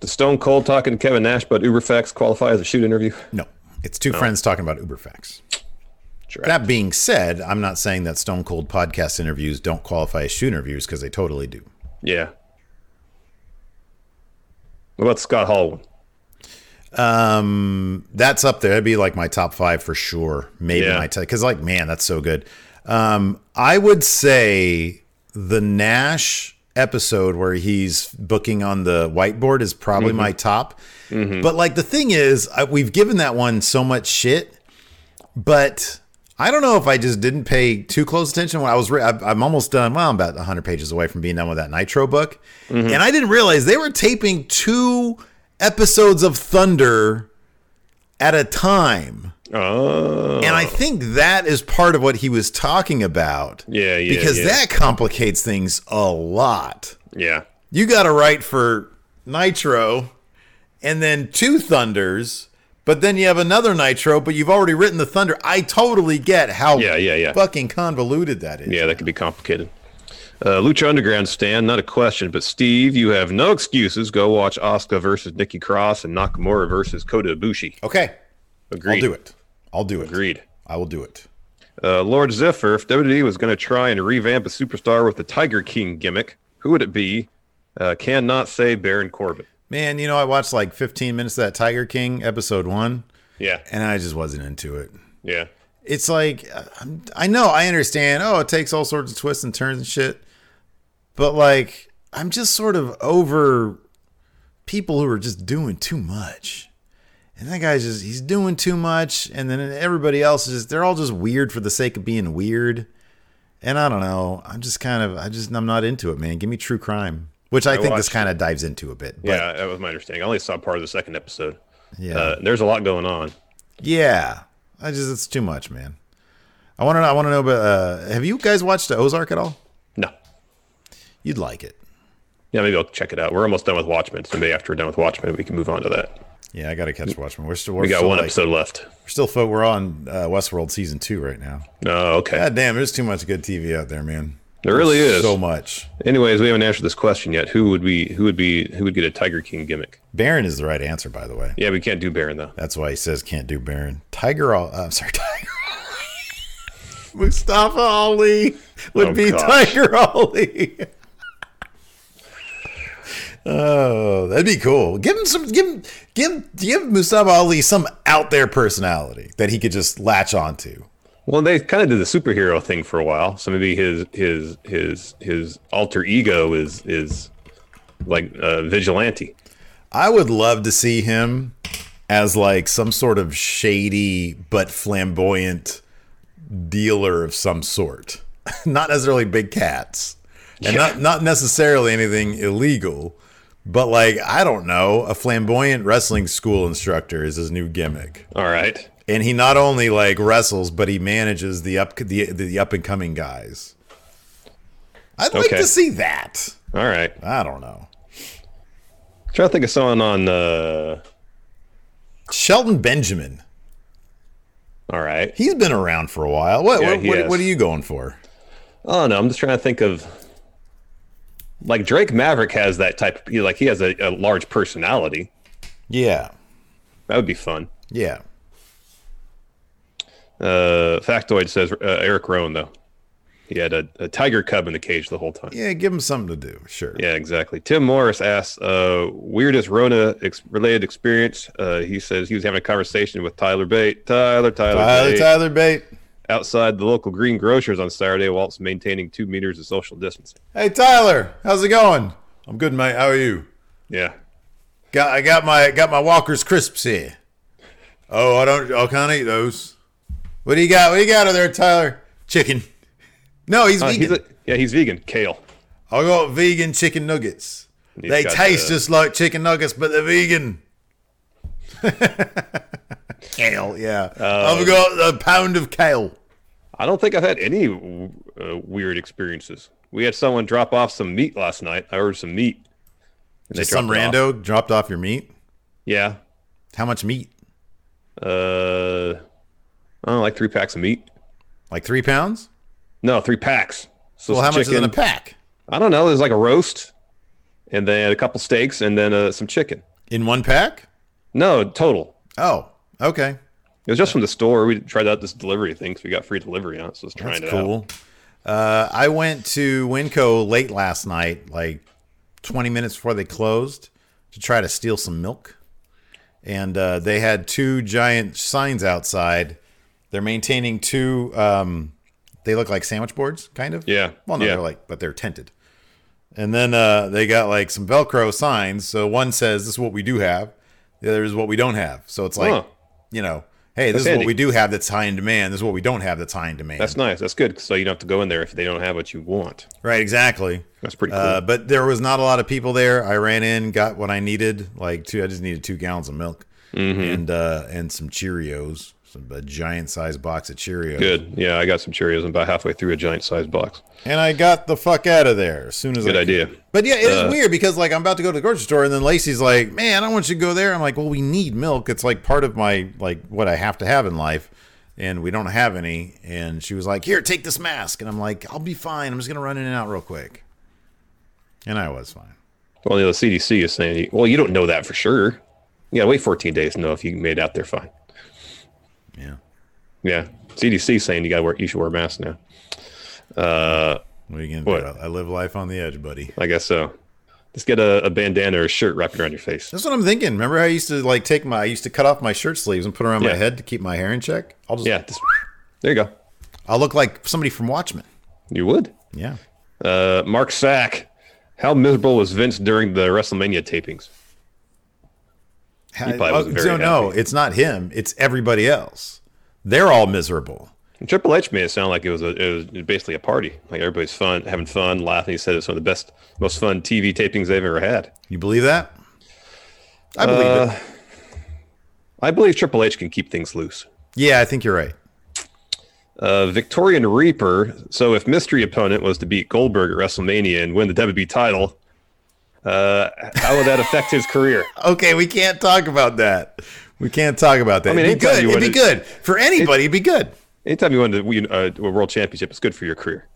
Speaker 3: Does Stone Cold talking to Kevin Nash about Uberfax qualify as a shoot interview?
Speaker 2: No, it's two friends talking about Uber facts.
Speaker 3: Sure.
Speaker 2: That being said, I'm not saying that Stone Cold podcast interviews don't qualify as shoot interviews because they totally do.
Speaker 3: Yeah. What about the Scott Hall one?
Speaker 2: Um, that's up there. That'd be like my top five for sure. Maybe
Speaker 3: Yeah.
Speaker 2: my top because like man, that's so good. Um, I would say the Nash episode where he's booking on the whiteboard is probably my top. But like the thing is, I, we've given that one so much shit, but. I don't know if I just didn't pay too close attention when I was. Re- I'm I'm almost done. Well, I'm about 100 pages away from being done with that Nitro book, and I didn't realize they were taping two episodes of Thunder at a time.
Speaker 3: Oh.
Speaker 2: And I think that is part of what he was talking about.
Speaker 3: Yeah, yeah,
Speaker 2: Because
Speaker 3: yeah.
Speaker 2: that complicates things a lot.
Speaker 3: Yeah.
Speaker 2: You got to write for Nitro and then two Thunders, but then you have another Nitro, but you've already written the Thunder. I totally get how
Speaker 3: Yeah, yeah, yeah.
Speaker 2: fucking convoluted that is.
Speaker 3: Yeah, that could be complicated. Uh, Lucha Underground stand, not a question, but Steve, you have no excuses. Go watch Asuka versus Nikki Cross and Nakamura versus Kota Ibushi.
Speaker 2: Okay.
Speaker 3: Agreed.
Speaker 2: I'll do it. I'll do it.
Speaker 3: Agreed.
Speaker 2: I will do it.
Speaker 3: Uh, Lord Zephyr, if WWE was going to try and revamp a superstar with the Tiger King gimmick, who would it be? Uh, cannot say Baron Corbin.
Speaker 2: Man, you know, I watched like 15 minutes of that Tiger King episode one,
Speaker 3: Yeah,
Speaker 2: and I just wasn't into it.
Speaker 3: yeah,
Speaker 2: it's like I'm- I know I understand. Oh, it takes all sorts of twists and turns and shit, but like I'm just sort of over people who are just doing too much. And that guy's just he's doing too much, and then everybody else is just, they're all just weird for the sake of being weird. And I don't know. I'm just kind of I just I'm not into it, man. Give me true crime, which I, think this
Speaker 3: watched-
Speaker 2: kind of dives into a bit. But
Speaker 3: yeah. That was my understanding. I only saw part of the second episode.
Speaker 2: yeah.
Speaker 3: Uh, there's a lot going on.
Speaker 2: Yeah, I just it's too much, man. I want to. I want to know. But uh, have you guys watched Ozark at all?
Speaker 3: No,
Speaker 2: You'd like it.
Speaker 3: yeah, maybe I'll check it out. We're almost done with Watchmen, so maybe after we're done with Watchmen, we can move on to that.
Speaker 2: Yeah, I got to catch Watchmen. We're still. We're
Speaker 3: We got
Speaker 2: still
Speaker 3: one
Speaker 2: like-
Speaker 3: episode left.
Speaker 2: We're still. fo- We're on uh, Westworld season two right now.
Speaker 3: Oh, okay.
Speaker 2: God damn, there's too much good TV out there, man.
Speaker 3: There really is.
Speaker 2: so much.
Speaker 3: Anyways, we haven't answered this question yet. Who would be? Who would be? Who would get a Tiger King gimmick?
Speaker 2: Baron is the right answer, by the way.
Speaker 3: Yeah, we can't do Baron though.
Speaker 2: That's why he says can't do Baron. Tiger. Al- uh, I'm sorry, (laughs) Tiger. Mustafa Ali would
Speaker 3: Oh,
Speaker 2: be
Speaker 3: gosh.
Speaker 2: Tiger Ali. (laughs) oh, that'd be cool. Give him some. Give him. Give give Mustafa Ali some out there personality that he could just latch onto.
Speaker 3: Well, they kind of did the superhero thing for a while, so maybe his his his his alter ego is is like uh, vigilante.
Speaker 2: I would love to see him as like some sort of shady but flamboyant dealer of some sort. (laughs) not necessarily big cats. And not not necessarily anything illegal, but like I don't know, a flamboyant wrestling school instructor is his new gimmick.
Speaker 3: All right,
Speaker 2: And he not only like wrestles, but he manages the up the the up and coming guys. I'd like
Speaker 3: Okay.
Speaker 2: to see that.
Speaker 3: all right.
Speaker 2: I don't know.
Speaker 3: trying to think of someone on. Uh,
Speaker 2: Shelton Benjamin.
Speaker 3: all right.
Speaker 2: He's been around for a while. What
Speaker 3: Yeah,
Speaker 2: what,
Speaker 3: he
Speaker 2: what,
Speaker 3: has.
Speaker 2: what are you going for?
Speaker 3: Oh no, I'm just trying to think of. Like Drake Maverick has that type. He like he has a, a large personality.
Speaker 2: Yeah.
Speaker 3: That would be fun.
Speaker 2: Yeah.
Speaker 3: Uh, Factoid says uh, Eric Rowan though. He had a, a tiger cub in the cage the whole time.
Speaker 2: Yeah, give him something to do. Sure.
Speaker 3: Yeah, exactly. Tim Morris asks, uh, weirdest Rona ex- related experience. Uh, he says he was having a conversation with Tyler Bate. Tyler, Tyler,
Speaker 2: Tyler
Speaker 3: Bate.
Speaker 2: Tyler Bate.
Speaker 3: outside the local green grocers on Saturday whilst maintaining two meters of social distancing.
Speaker 2: Hey Tyler, how's it going? I'm good, mate. How are you?
Speaker 3: Yeah.
Speaker 2: Got I got my got my Walker's crisps here. Oh, I don't. I can't eat those. What do you got? What do you got over there, Tyler? Chicken. No, he's
Speaker 3: Uh,
Speaker 2: vegan.
Speaker 3: he's a, yeah, he's vegan. Kale.
Speaker 2: I got vegan chicken nuggets.
Speaker 3: He's
Speaker 2: they
Speaker 3: got,
Speaker 2: taste
Speaker 3: uh,
Speaker 2: just like chicken nuggets, but they're
Speaker 3: (laughs)
Speaker 2: vegan. kale, yeah.
Speaker 3: Oh.
Speaker 2: I've got a pound of kale.
Speaker 3: I don't think I've had any uh, weird experiences. We had someone drop off some meat last night. I ordered some meat. and they
Speaker 2: Just some
Speaker 3: dropped it off.
Speaker 2: rando dropped off your meat.
Speaker 3: Yeah.
Speaker 2: How much meat?
Speaker 3: Uh, I don't know, like three packs of meat.
Speaker 2: Like three pounds?
Speaker 3: No, three packs. So
Speaker 2: Well, how
Speaker 3: it's
Speaker 2: much is in
Speaker 3: chicken-
Speaker 2: a pack?
Speaker 3: I don't know. There's like a roast, and then a couple steaks, and then uh, some chicken.
Speaker 2: In one pack?
Speaker 3: No, total.
Speaker 2: Oh, okay.
Speaker 3: It was just from the store. We tried out this delivery thing because we got free delivery on it. So it's trying
Speaker 2: That's
Speaker 3: it out.
Speaker 2: cool. Uh, I went to Winco late last night, like 20 minutes before they closed, to try to steal some milk. And uh, they had two giant signs outside. They're maintaining two. Um, they look like sandwich boards, kind of.
Speaker 3: Yeah,
Speaker 2: Well, no,
Speaker 3: yeah.
Speaker 2: they're like, but they're tented. And then uh, they got like some Velcro signs. So one says, "This is what we do have." The other is what we don't have. So it's like,
Speaker 3: Huh.
Speaker 2: you know, hey, this
Speaker 3: That's
Speaker 2: is
Speaker 3: handy.
Speaker 2: what we do have that's high in demand. This is what we don't have that's high in demand.
Speaker 3: That's nice. That's good. So you don't have to go in there if they don't have what you want.
Speaker 2: Right, exactly.
Speaker 3: That's pretty cool.
Speaker 2: Uh, but there was not a lot of people there. I ran in, got what I needed. Like two, I just needed two gallons of milk
Speaker 3: Mm-hmm.
Speaker 2: and uh, and some Cheerios, some, a giant sized box of Cheerios.
Speaker 3: Good. Yeah, I got some Cheerios. I'm about halfway through a giant sized box.
Speaker 2: And I got the fuck out of there as soon as
Speaker 3: Good
Speaker 2: I
Speaker 3: idea. Uh,
Speaker 2: could. But yeah, it is weird because like I'm about to go to the grocery store, and then Lacey's like, "Man, I don't want you to go there." I'm like, "Well, we need milk. It's like part of my like what I have to have in life." And we don't have any. And she was like, Here, take this mask. And I'm like, I'll be fine. I'm just going to run in and out real quick. And I was fine.
Speaker 3: Well, the CDC is saying, well, you don't know that for sure. You got to wait 14 days to know if you made it out there fine.
Speaker 2: Yeah.
Speaker 3: Yeah. CDC saying you got to wear, you should wear a mask now. Uh,
Speaker 2: What are you
Speaker 3: What?
Speaker 2: gonna do? I live life on the edge, buddy.
Speaker 3: I guess so. Just get a, a bandana or a shirt wrapped around your face.
Speaker 2: That's what I'm thinking. Remember how I used to like take my I used to cut off my shirt sleeves and put around
Speaker 3: Yeah.
Speaker 2: my head to keep my hair in check? I'll just
Speaker 3: Yeah. Just, there you go.
Speaker 2: I'll look like somebody from Watchmen.
Speaker 3: You would.
Speaker 2: Yeah.
Speaker 3: Uh, Mark Sack. How miserable was Vince during the WrestleMania tapings?
Speaker 2: I,
Speaker 3: probably wasn't very
Speaker 2: so Uh, no,
Speaker 3: happy.
Speaker 2: it's not him. It's everybody else. They're all miserable.
Speaker 3: Triple H made it sound like it was a, it was basically a party. Like everybody's fun, having fun, laughing. He said it's one of the best, most fun TV tapings they've ever had.
Speaker 2: You believe that? I believe
Speaker 3: Uh,
Speaker 2: it.
Speaker 3: I believe Triple H can keep things loose.
Speaker 2: Yeah, I think you're right.
Speaker 3: Uh, Victorian Reaper. So if mystery opponent was to beat Goldberg at WrestleMania and win the WWE title, uh, how would that affect his career?
Speaker 2: Okay, we can't talk about that. We can't talk about that.
Speaker 3: I mean,
Speaker 2: it'd be good.
Speaker 3: anytime you
Speaker 2: It'd be
Speaker 3: win
Speaker 2: good for anybody. it'd be good.
Speaker 3: Anytime you win the, win, uh, a world championship, it's good for your career.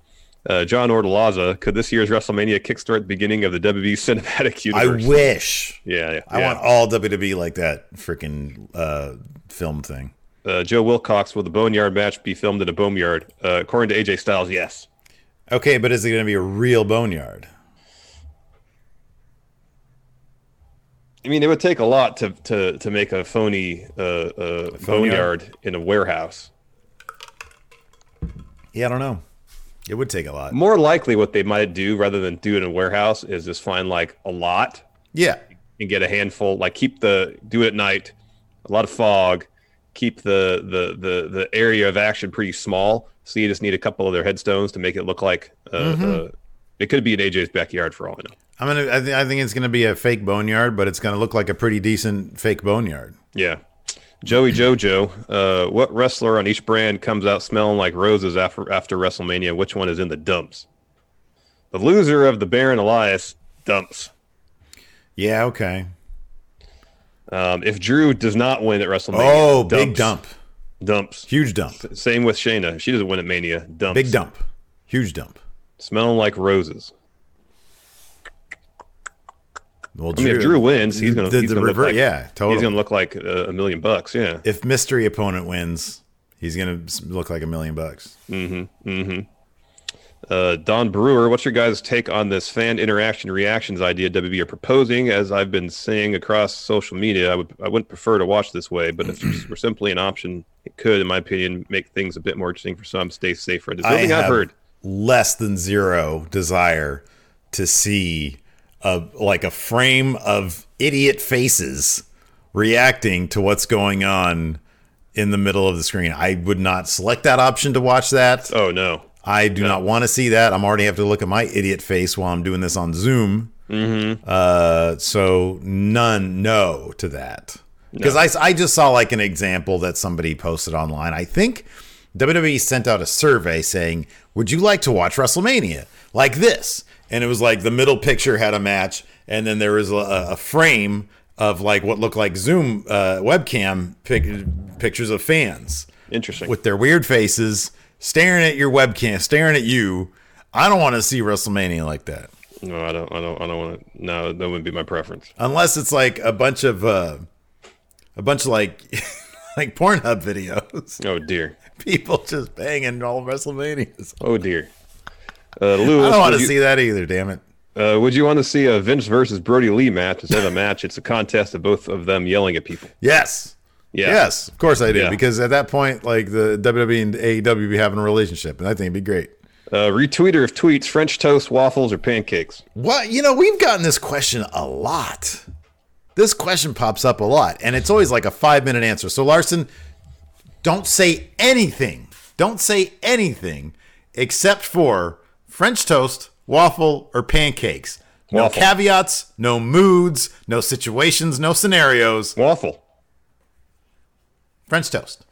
Speaker 3: Uh, John Ortolaza, could this year's WrestleMania kickstart the beginning of the WWE cinematic
Speaker 2: I
Speaker 3: universe?
Speaker 2: wish.
Speaker 3: Yeah, yeah.
Speaker 2: I
Speaker 3: yeah.
Speaker 2: want all WWE like that freaking uh, film thing.
Speaker 3: uh, Joe Wilcox, will the Boneyard match be filmed in a boneyard? Uh, according to AJ Styles, yes.
Speaker 2: Okay, but is it going to be a real boneyard?
Speaker 3: I mean, it would take a lot to to, to make a phony uh, uh, boneyard in a warehouse.
Speaker 2: Yeah, I don't know. It would take a lot.
Speaker 3: More likely, what they might do rather than do it in a warehouse is just find like a lot
Speaker 2: Yeah.
Speaker 3: and get a handful. Like keep the do it at night, a lot of fog, keep the the the the area of action pretty small. So you just need a couple of their headstones to make it look like uh, uh, it could be in AJ's backyard for all I know.
Speaker 2: I'm gonna. I, th- I think it's gonna be a fake boneyard, but it's gonna look like a pretty decent fake boneyard.
Speaker 3: Yeah. Joey Jojo, uh, what wrestler on each brand comes out smelling like roses after after WrestleMania? Which one is in the dumps? The loser of the Baron Elias dumps.
Speaker 2: Yeah. Okay.
Speaker 3: Um, if Drew does not win at WrestleMania,
Speaker 2: Oh,
Speaker 3: dumps,
Speaker 2: big dump.
Speaker 3: dumps.
Speaker 2: Huge dump.
Speaker 3: Same with Shayna. If She doesn't win at Mania. Dumps.
Speaker 2: Big dump. Huge dump.
Speaker 3: Smelling like roses.
Speaker 2: Well,
Speaker 3: I mean, if Drew wins, he's gonna
Speaker 2: the,
Speaker 3: he's
Speaker 2: the
Speaker 3: gonna look
Speaker 2: reverse.
Speaker 3: like-
Speaker 2: yeah, totally.
Speaker 3: He's gonna look like uh, a million bucks. Yeah.
Speaker 2: if mystery opponent wins, he's gonna s- look like a million bucks.
Speaker 3: Uh, Don Brewer, what's your guys' take on this fan interaction reactions idea WB are proposing? As I've been seeing across social media, I would I wouldn't prefer to watch this way, but if it's- we're simply an option it could, in my opinion, make things a bit more interesting for some. Stay safe for deserving. I've
Speaker 2: have
Speaker 3: heard.
Speaker 2: less than zero desire to see a like a frame of idiot faces reacting to what's going on in the middle of the screen. I would not select that option to watch that.
Speaker 3: Oh no.
Speaker 2: I do not want to see that. I'm already have to look at my idiot face while I'm doing this on Zoom. Uh, so none, no to that. Because I, s- I just saw like an example that somebody posted online. I think WWE sent out a survey saying, "Would you like to watch WrestleMania like this?" And it was like the middle picture had a match, and then there was a, a frame of like what looked like Zoom uh, webcam pic- pictures of fans
Speaker 3: Interesting.
Speaker 2: with their weird faces staring at your webcam, staring at you. I don't want to see WrestleMania like that.
Speaker 3: no, I don't. I don't. I don't want to. No, that wouldn't be my preference.
Speaker 2: Unless it's like a bunch of uh a bunch of like (laughs) like Pornhub videos. (laughs)
Speaker 3: Oh dear.
Speaker 2: People just banging all WrestleManias.
Speaker 3: Oh dear. Uh,
Speaker 2: I
Speaker 3: Lewis,
Speaker 2: don't want to
Speaker 3: would you-
Speaker 2: see that either, damn it.
Speaker 3: Uh, would you want to see a Vince versus Brody Lee match instead of a match? It's a contest of both of them yelling at people.
Speaker 2: Yes.
Speaker 3: Yeah.
Speaker 2: Yes, of course I do.
Speaker 3: Yeah.
Speaker 2: Because at that point, like the WWE and AEW be having a relationship, and I think it'd be great.
Speaker 3: Uh, retweeter of tweets: French toast, waffles, or pancakes.
Speaker 2: What you know, we've gotten this question a lot. This question pops up a lot, and it's always like a five minute answer. So Larson, don't say anything. Don't say anything except for French toast, waffle, or pancakes. No
Speaker 3: Waffle.
Speaker 2: caveats, no moods, no situations, no scenarios.
Speaker 3: Waffle.
Speaker 2: French toast.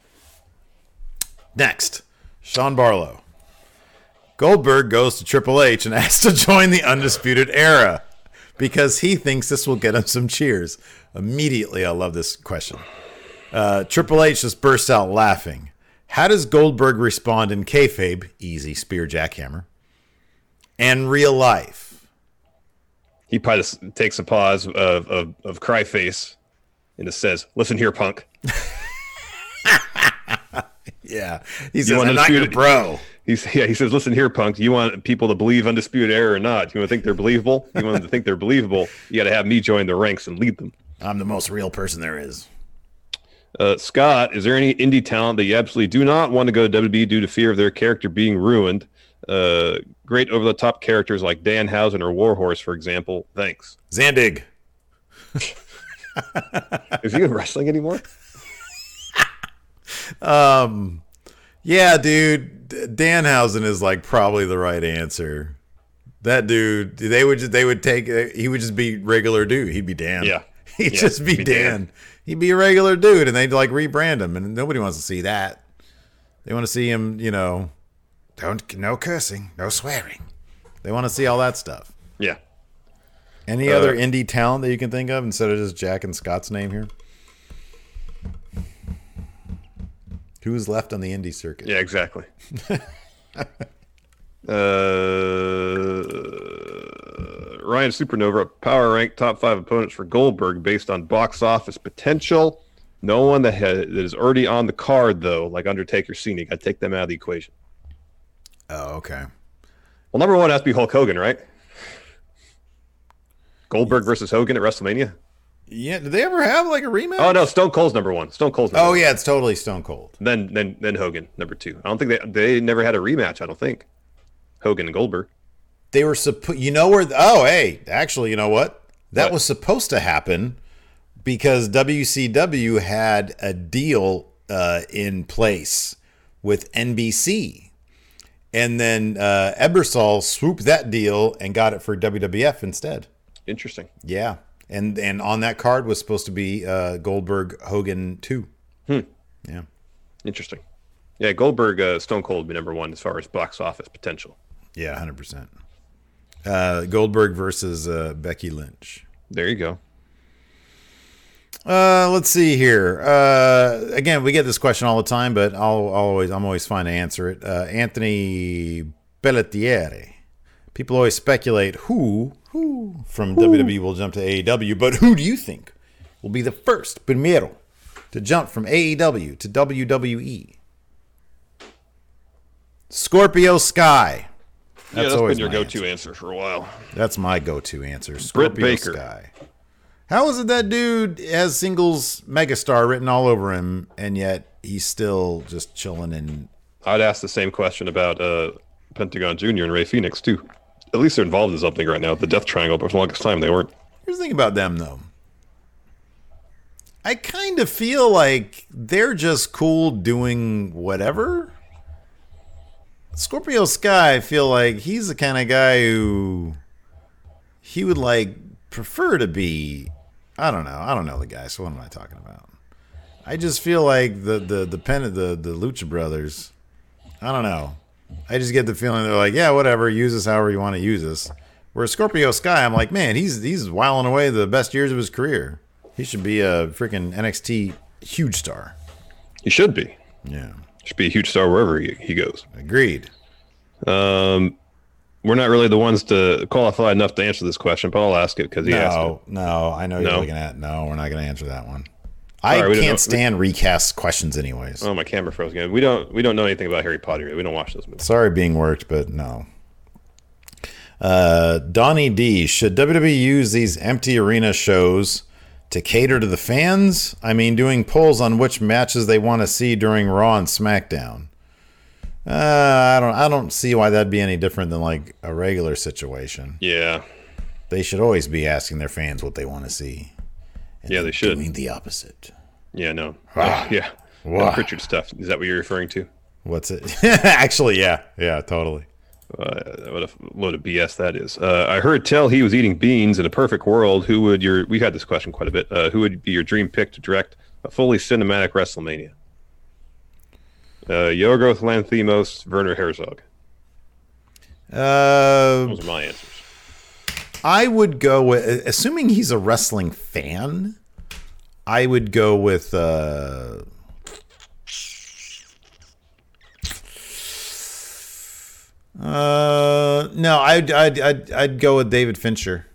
Speaker 2: Next, Sean Barlow. Goldberg goes to Triple H and (laughs) asks to join the Undisputed Era because he thinks this will get him some cheers. Immediately, I love this question. Uh, Triple H just bursts out laughing. How does Goldberg respond in kayfabe, easy spear jackhammer, and real life?
Speaker 3: He probably s- takes a pause of of, of cry face, and just says, "Listen here, punk."
Speaker 2: Yeah, he says, "I'm not your
Speaker 3: Undisputed-
Speaker 2: bro."
Speaker 3: He's, (laughs) yeah, he says, "Listen here, punk. You want people to believe undisputed error or not? You want to think they're believable? You want them to think they're believable? You got to have me join the ranks and lead them."
Speaker 2: I'm the most real person there is.
Speaker 3: Uh, Scott, is there any indie talent that you absolutely do not want to go to WWE due to fear of their character being ruined? Uh, great over the top characters like Dan Housen or Warhorse, for example. Thanks.
Speaker 2: Zandig.
Speaker 3: Is he in (laughs) wrestling anymore?
Speaker 2: Um, Yeah, dude, D- Danhausen is like probably the right answer. That dude, they would just they would take uh, he would just be regular dude. He'd be Dan.
Speaker 3: Yeah.
Speaker 2: (laughs) He'd
Speaker 3: Yeah,
Speaker 2: just be,
Speaker 3: be
Speaker 2: Dan.
Speaker 3: Dan.
Speaker 2: He'd be a regular dude and they'd like rebrand him and nobody wants to see that. They want to see him, you know, don't no cursing, no swearing. They want to see all that stuff.
Speaker 3: Yeah.
Speaker 2: Any
Speaker 3: Uh,
Speaker 2: other indie talent that you can think of instead of just Jack and Scott's name here? Who's left on the indie circuit?
Speaker 3: Yeah, (laughs) exactly. uh, Ryan Supernova power ranked top five opponents for Goldberg based on box office potential. No one that, ha- that is already on the card, though, like Undertaker, Cena. I take them out of the equation.
Speaker 2: Oh, okay.
Speaker 3: Well, number one has to be Hulk Hogan, right? Goldberg versus Hogan at WrestleMania.
Speaker 2: Yeah, did they ever have like a rematch?
Speaker 3: Oh no, Stone Cold's number one. Stone Cold's number
Speaker 2: Oh
Speaker 3: one.
Speaker 2: yeah, it's totally Stone Cold.
Speaker 3: Then then then Hogan number two. I don't think they they never had a rematch. I don't think Hogan and Goldberg.
Speaker 2: They were supposed. You know where? Oh hey, actually, you know what? That
Speaker 3: What?
Speaker 2: was supposed to happen because WCW had a deal uh, in place with NBC, and then uh, Ebersol swooped that deal and got it for WWF instead.
Speaker 3: Interesting.
Speaker 2: Yeah, and and on that card was supposed to be uh, Goldberg Hogan two. Yeah.
Speaker 3: Interesting. Yeah, Goldberg uh, Stone Cold would be number one as far as box office potential.
Speaker 2: Yeah, hundred percent. Uh, Goldberg versus uh, Becky Lynch.
Speaker 3: There you go.
Speaker 2: Uh, let's see here. Uh, again, we get this question all the time, but I'll, I'll always I'm always fine to answer it. Uh, Anthony Bellatieri. People always speculate who who from WWE will jump to AEW, but who do you think will be the first primero to jump from AEW to E? WWE? Scorpio Sky.
Speaker 3: yeah, that's
Speaker 2: always
Speaker 3: been your
Speaker 2: my
Speaker 3: go-to answer for a while.
Speaker 2: That's my go-to answer. Scorpio
Speaker 3: Britt Baker.
Speaker 2: Sky. How is it that dude has singles megastar written all over him, and yet he's still just chilling and
Speaker 3: I'd ask the same question about uh, Pentagon Junior and Ray Phoenix too. At least they're involved in something right now. The Death Triangle, but for the longest time they weren't.
Speaker 2: Here's the thing about them, though. I kind of feel like they're just cool doing whatever. Scorpio Sky, I feel like he's the kind of guy who he would like prefer to be. I don't know. I don't know the guy, so what am I talking about? I just feel like the the the pen the the Lucha Brothers. I don't know. I just get the feeling they're like, yeah, whatever, use us however you want to use us. Where Scorpio Sky, I'm like, man, he's he's wiling away the best years of his career. He should be a freaking NXT huge star.
Speaker 3: He should be.
Speaker 2: Yeah,
Speaker 3: Should be a huge star wherever he, he goes.
Speaker 2: agreed.
Speaker 3: Um, we're not really the ones to qualify enough to answer this question, but I'll ask it because he asked.
Speaker 2: no,
Speaker 3: It.
Speaker 2: no, I know you're
Speaker 3: No.
Speaker 2: looking at. No, we're not going to answer that one.
Speaker 3: All right,
Speaker 2: I
Speaker 3: we don't know-
Speaker 2: can't stand recast questions, anyways.
Speaker 3: Oh, my camera froze again. We don't we don't know anything about Harry Potter. We don't watch those movies.
Speaker 2: Sorry, being worked, but no. Uh, Donnie D, should WWE use these empty arena shows to cater to the fans? I mean, doing polls on which matches they want to see during Raw and SmackDown. Uh, I don't, I don't see why that'd be any different than like a regular situation.
Speaker 3: Yeah,
Speaker 2: They should always be asking their fans what they want to see. And
Speaker 3: Yeah, they should.
Speaker 2: Doing the opposite. (sighs)
Speaker 3: yeah, no,
Speaker 2: Ah,
Speaker 3: yeah.
Speaker 2: Wow.
Speaker 3: That Pritchard stuff. Is that what you're referring to?
Speaker 2: What's it? (laughs) Actually, yeah, yeah, totally.
Speaker 3: Uh, what a load of BS that is. Uh, I heard tell he was eating beans in a perfect world. Who would your? We've had this question quite a bit. Uh, who would be your dream pick to direct a fully cinematic WrestleMania? Uh, Yorgos Lanthimos, Werner Herzog.
Speaker 2: Uh,
Speaker 3: Those are my answers.
Speaker 2: I would go with, assuming he's a wrestling fan, I would go with, uh, uh no, I'd, I'd, I'd, I'd go with David Fincher.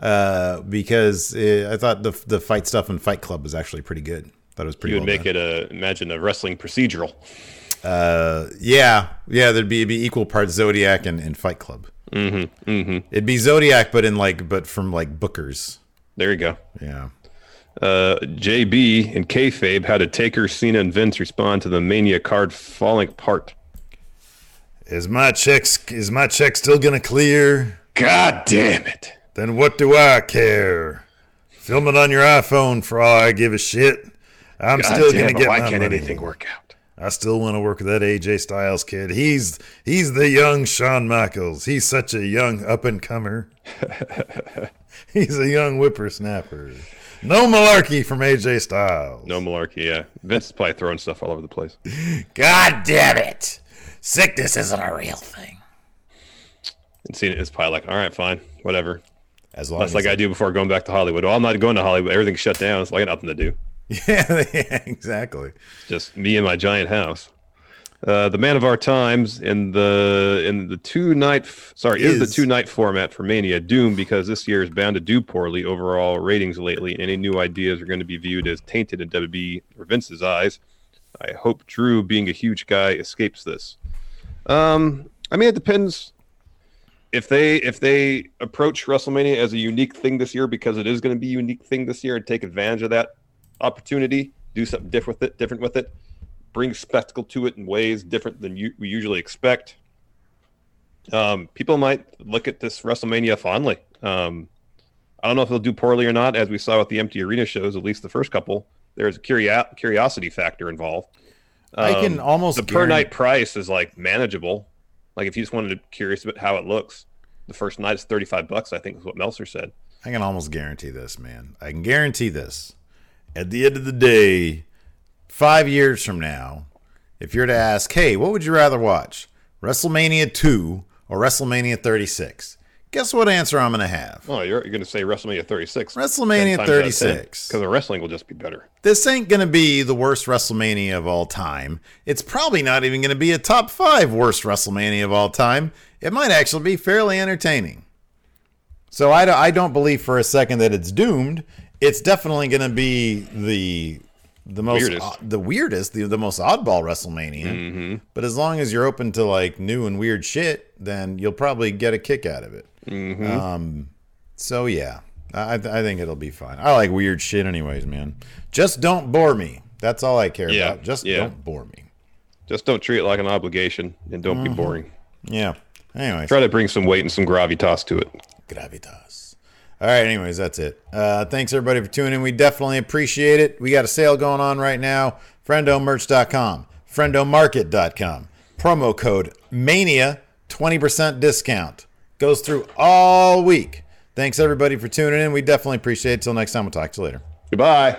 Speaker 2: Uh, because uh I thought the the fight stuff in Fight Club was actually pretty good. Thought it was pretty.
Speaker 3: You would
Speaker 2: well
Speaker 3: make
Speaker 2: done.
Speaker 3: it a imagine a wrestling procedural.
Speaker 2: Yeah, yeah. There'd be, it'd be equal parts Zodiac and, and Fight Club. Mm-hmm, mm-hmm. It'd be Zodiac, but in like, but from like Booker's.
Speaker 3: There you go.
Speaker 2: Yeah.
Speaker 3: Uh, JB and kayfabe how did Taker, Cena, and Vince respond to the Mania card falling apart?
Speaker 2: Is my checks is my check still gonna clear?
Speaker 3: God damn it!
Speaker 2: Then what do I care? Film it on your iPhone for all I give a shit. I'm
Speaker 3: God
Speaker 2: still
Speaker 3: damn
Speaker 2: gonna
Speaker 3: it,
Speaker 2: get
Speaker 3: why
Speaker 2: my
Speaker 3: can't
Speaker 2: money.
Speaker 3: anything work out?
Speaker 2: I still want to work with that AJ Styles kid. He's he's the young Shawn Michaels. He's such a young up and comer. (laughs) he's a young whippersnapper. No malarkey from AJ Styles.
Speaker 3: No malarkey. Yeah, Vince is probably throwing stuff all over the place.
Speaker 2: God damn it! Sickness isn't a real thing.
Speaker 3: and seeing it is probably like, all right, fine, whatever.
Speaker 2: As long
Speaker 3: That's
Speaker 2: as
Speaker 3: like I do before going back to Hollywood. Well, I'm not going to Hollywood. Everything's shut down. It's like I got nothing to do.
Speaker 2: (laughs) yeah, yeah, exactly.
Speaker 3: It's just me and my giant house. Uh, the man of our times in the in the two night f- sorry is, the
Speaker 2: Is.
Speaker 3: two night format for Mania doomed because this year is bound to do poorly overall ratings lately, and any new ideas are going to be viewed as tainted in WB or Vince's eyes. I hope Drew, being a huge guy, escapes this. Um, I mean, it depends if they if they approach WrestleMania as a unique thing this year because it is going to be a unique thing this year and take advantage of that opportunity, do something different with it, different with it, bring spectacle to it in ways different than you, we usually expect. Um, people might look at this WrestleMania fondly. Um, I don't know if they'll do poorly or not, as we saw with the empty arena shows, at least the first couple. There's a curio- curiosity factor involved.
Speaker 2: I can
Speaker 3: Um,
Speaker 2: almost
Speaker 3: the per
Speaker 2: guarantee-
Speaker 3: night price is like manageable. Like if you just wanted to curious about how it looks, the first night is thirty five bucks. I think is what Meltzer said.
Speaker 2: I can almost guarantee this, man. I can guarantee this. At the end of the day, five years from now, if you're to ask, hey, what would you rather watch? WrestleMania 2 or WrestleMania 36? Guess what answer I'm going to have?
Speaker 3: Oh, you're, you're going to say WrestleMania thirty six.
Speaker 2: WrestleMania 36.
Speaker 3: because the wrestling will just be better.
Speaker 2: This ain't going to be the worst WrestleMania of all time. It's probably not even going to be a top five worst WrestleMania of all time. It might actually be fairly entertaining. So I, do- I don't believe for a second that it's doomed. It's definitely going to be the the most uh,
Speaker 3: Weirdest.
Speaker 2: the weirdest, the, the most oddball WrestleMania. But as long as you're open to like new and weird shit, then you'll probably get a kick out of it.
Speaker 3: Mm-hmm.
Speaker 2: Um, So yeah, I I I think it'll be fine. I like weird shit, anyways, man. Just don't bore me. That's all I care
Speaker 3: Yeah,
Speaker 2: about. Just
Speaker 3: yeah.
Speaker 2: don't bore me.
Speaker 3: Just don't treat it like an obligation and don't be boring.
Speaker 2: Yeah. Anyway,
Speaker 3: Try to bring some weight and some gravitas to it.
Speaker 2: gravitas. All right. Anyways, that's it. Uh, thanks everybody for tuning in. We definitely appreciate it. We got a sale going on right now. FriendoMerch.com, FriendoMarket.com. Promo code Mania, twenty percent discount. Goes through all week. Thanks everybody for tuning in. We definitely appreciate it. Till next time, we'll talk to you later.
Speaker 3: Goodbye.